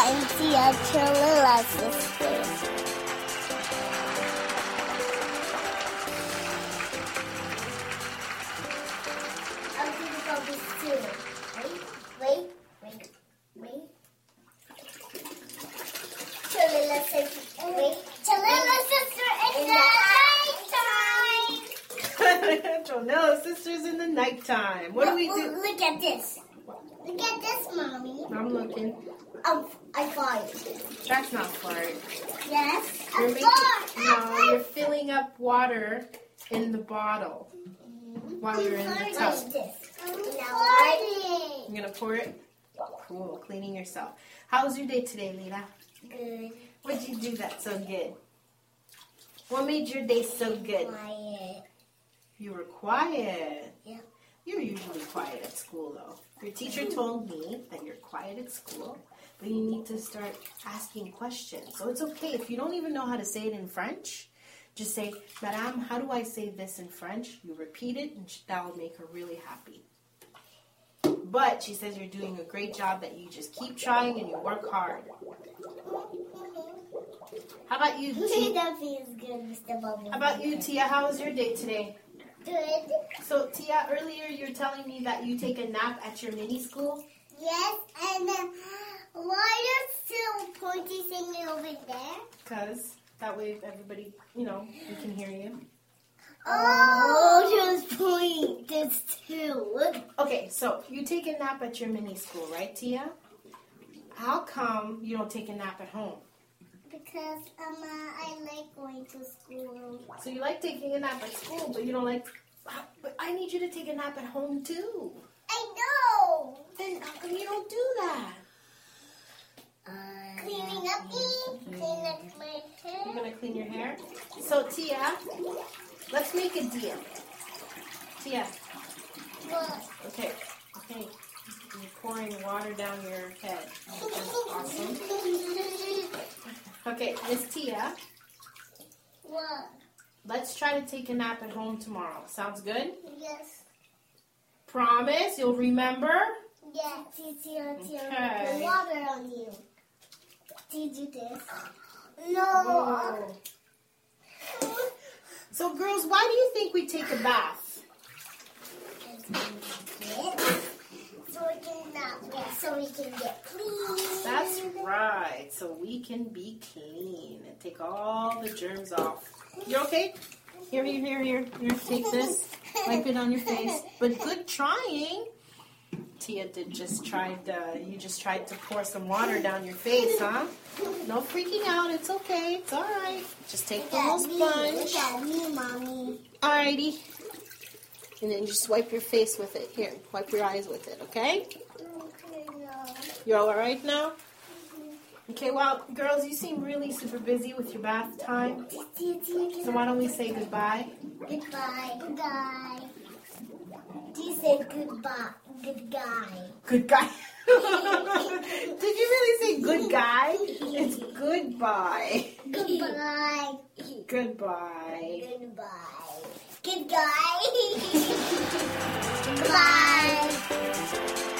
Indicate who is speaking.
Speaker 1: Dad truly loves this place.
Speaker 2: I'm thinking about this too. Wait, wait, wait, wait. Chalila's sister. Wait. Chalila's sister in the nighttime.
Speaker 3: Jonella sisters in the nighttime. What do we
Speaker 2: Look-
Speaker 3: do?
Speaker 2: Look at this. Look at this, mommy.
Speaker 3: I'm looking.
Speaker 2: Oh, I farted.
Speaker 3: That's not fart.
Speaker 2: Yes,
Speaker 3: You're
Speaker 2: I
Speaker 3: making, no,
Speaker 2: farted.
Speaker 3: you're filling up water in the bottle while you're in the tub.
Speaker 2: Watch this. Now I-
Speaker 3: You're gonna pour it. Cool, cleaning yourself. How was your day today, Lila?
Speaker 2: Good.
Speaker 3: What'd you do that's so good? What made your day so good?
Speaker 2: Quiet.
Speaker 3: You were quiet.
Speaker 2: Yeah.
Speaker 3: You're usually quiet at school, though. Your teacher told me that you're quiet at school, but you need to start asking questions. So it's okay if you don't even know how to say it in French. Just say, Madame, how do I say this in French? You repeat it, and sh- that will make her really happy. But she says you're doing a great job, that you just keep trying and you work hard. How about you, Tia?
Speaker 2: that feels good, Mr. Bubble.
Speaker 3: How about you, Tia? How was your day today?
Speaker 2: Good.
Speaker 3: So, Tia, earlier you're telling me that you take a nap at your mini school.
Speaker 2: Yes, and then why is still pointy thingy over there?
Speaker 3: Because that way everybody, you know, we can hear you.
Speaker 2: Oh, just point this too. Look.
Speaker 3: Okay, so you take a nap at your mini school, right, Tia? How come you don't take a nap at home?
Speaker 2: Because um, uh, I like going to school.
Speaker 3: So you like taking a nap at school, but you don't like. But I need you to take a nap at home too.
Speaker 2: I know.
Speaker 3: Then how come you don't do that? Uh,
Speaker 2: Cleaning up me. Clean up my
Speaker 3: You're
Speaker 2: hair.
Speaker 3: gonna clean your hair. So Tia, let's make a deal. Tia,
Speaker 2: Well,
Speaker 3: okay, okay. You're pouring water down your head. awesome. Okay, Miss Tia.
Speaker 2: well,
Speaker 3: Let's try to take a nap at home tomorrow. Sounds good?
Speaker 2: yes.
Speaker 3: Promise you'll remember?
Speaker 2: Yeah, Titi, Auntie,
Speaker 3: Okay.
Speaker 2: the water on you. Did you this? No.
Speaker 3: Oh. So, girls, why do you think we take a bath?
Speaker 2: So we can not wait, so we can get clean.
Speaker 3: That's right, so we can be clean and take all the germs off. You okay? Here, here, here, here. Here, take this. Wipe it on your face. But good trying. Tia did just tried. Uh, you just tried to pour some water down your face, huh? No freaking out. It's okay. It's all right. Just take
Speaker 2: Look
Speaker 3: the whole
Speaker 2: at me, look
Speaker 3: sponge.
Speaker 2: at me, mommy.
Speaker 3: Alrighty. And then just wipe your face with it. Here, wipe your eyes with it, okay?
Speaker 2: Okay, no.
Speaker 3: You all alright now? Okay, well, girls, you seem really super busy with your bath time.
Speaker 2: Titi,
Speaker 3: So why don't we say goodbye?
Speaker 2: Goodbye. Goodbye. Do you say goodbye? Good guy.
Speaker 3: Good guy. Did you really say good guy? It's goodbye.
Speaker 2: Goodbye.
Speaker 3: Goodbye.
Speaker 2: Goodbye. Good guy. Goodbye.